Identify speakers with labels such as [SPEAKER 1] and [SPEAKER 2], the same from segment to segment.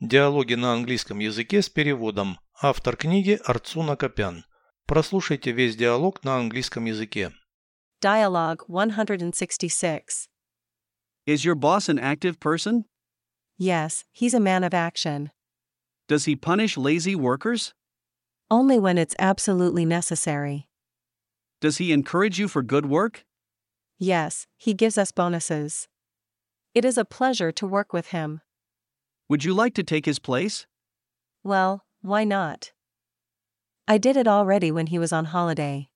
[SPEAKER 1] Диалоги на английском языке с переводом. Автор книги Арцуна Копян. Прослушайте весь диалог на английском языке.
[SPEAKER 2] Dialogue 166.
[SPEAKER 3] Is your boss an active person?
[SPEAKER 2] Yes, he's a man of action.
[SPEAKER 3] Does he punish lazy workers?
[SPEAKER 2] Only when it's absolutely necessary.
[SPEAKER 3] Does he encourage you for good work?
[SPEAKER 2] Yes, he gives us bonuses. It is a pleasure to work with him.
[SPEAKER 3] Would you like to take his place?
[SPEAKER 2] Well, why not? I did it already when he was on holiday.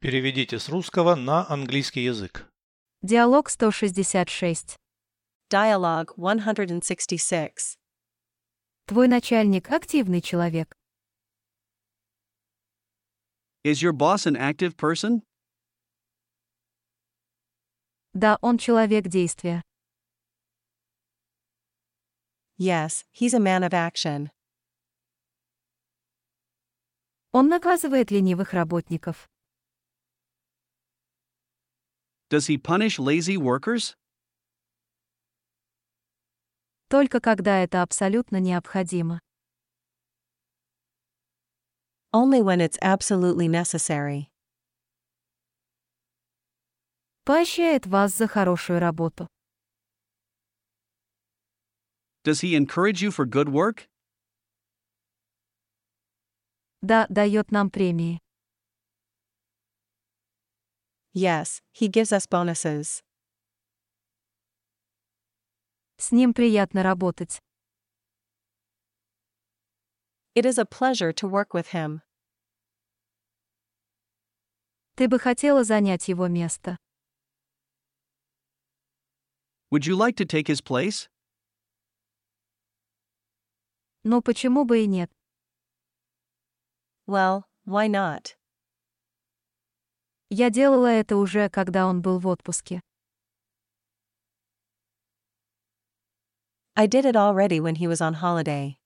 [SPEAKER 1] Переведите с русского на английский язык.
[SPEAKER 4] Диалог 166.
[SPEAKER 2] Dialogue 166.
[SPEAKER 4] Твой начальник активный человек.
[SPEAKER 3] Is your boss an active person?
[SPEAKER 4] Да, он человек действия.
[SPEAKER 2] Yes, he's a man of action.
[SPEAKER 4] Он наказывает ленивых работников.
[SPEAKER 3] Does he punish lazy workers?
[SPEAKER 4] Только когда это абсолютно необходимо.
[SPEAKER 2] Only when it's absolutely necessary.
[SPEAKER 4] Поощряет вас за хорошую работу.
[SPEAKER 3] Does he encourage you for good work?
[SPEAKER 4] Да, дает нам премии.
[SPEAKER 2] Yes, he gives us bonuses.
[SPEAKER 4] С ним приятно работать.
[SPEAKER 2] It is a pleasure to work with him.
[SPEAKER 4] Ты бы хотела занять его место.
[SPEAKER 3] Would you like to take his place?
[SPEAKER 4] Но почему бы и нет?
[SPEAKER 2] Well, why not?
[SPEAKER 4] Я делала это уже, когда он был в отпуске.
[SPEAKER 2] I did it already when he was on holiday.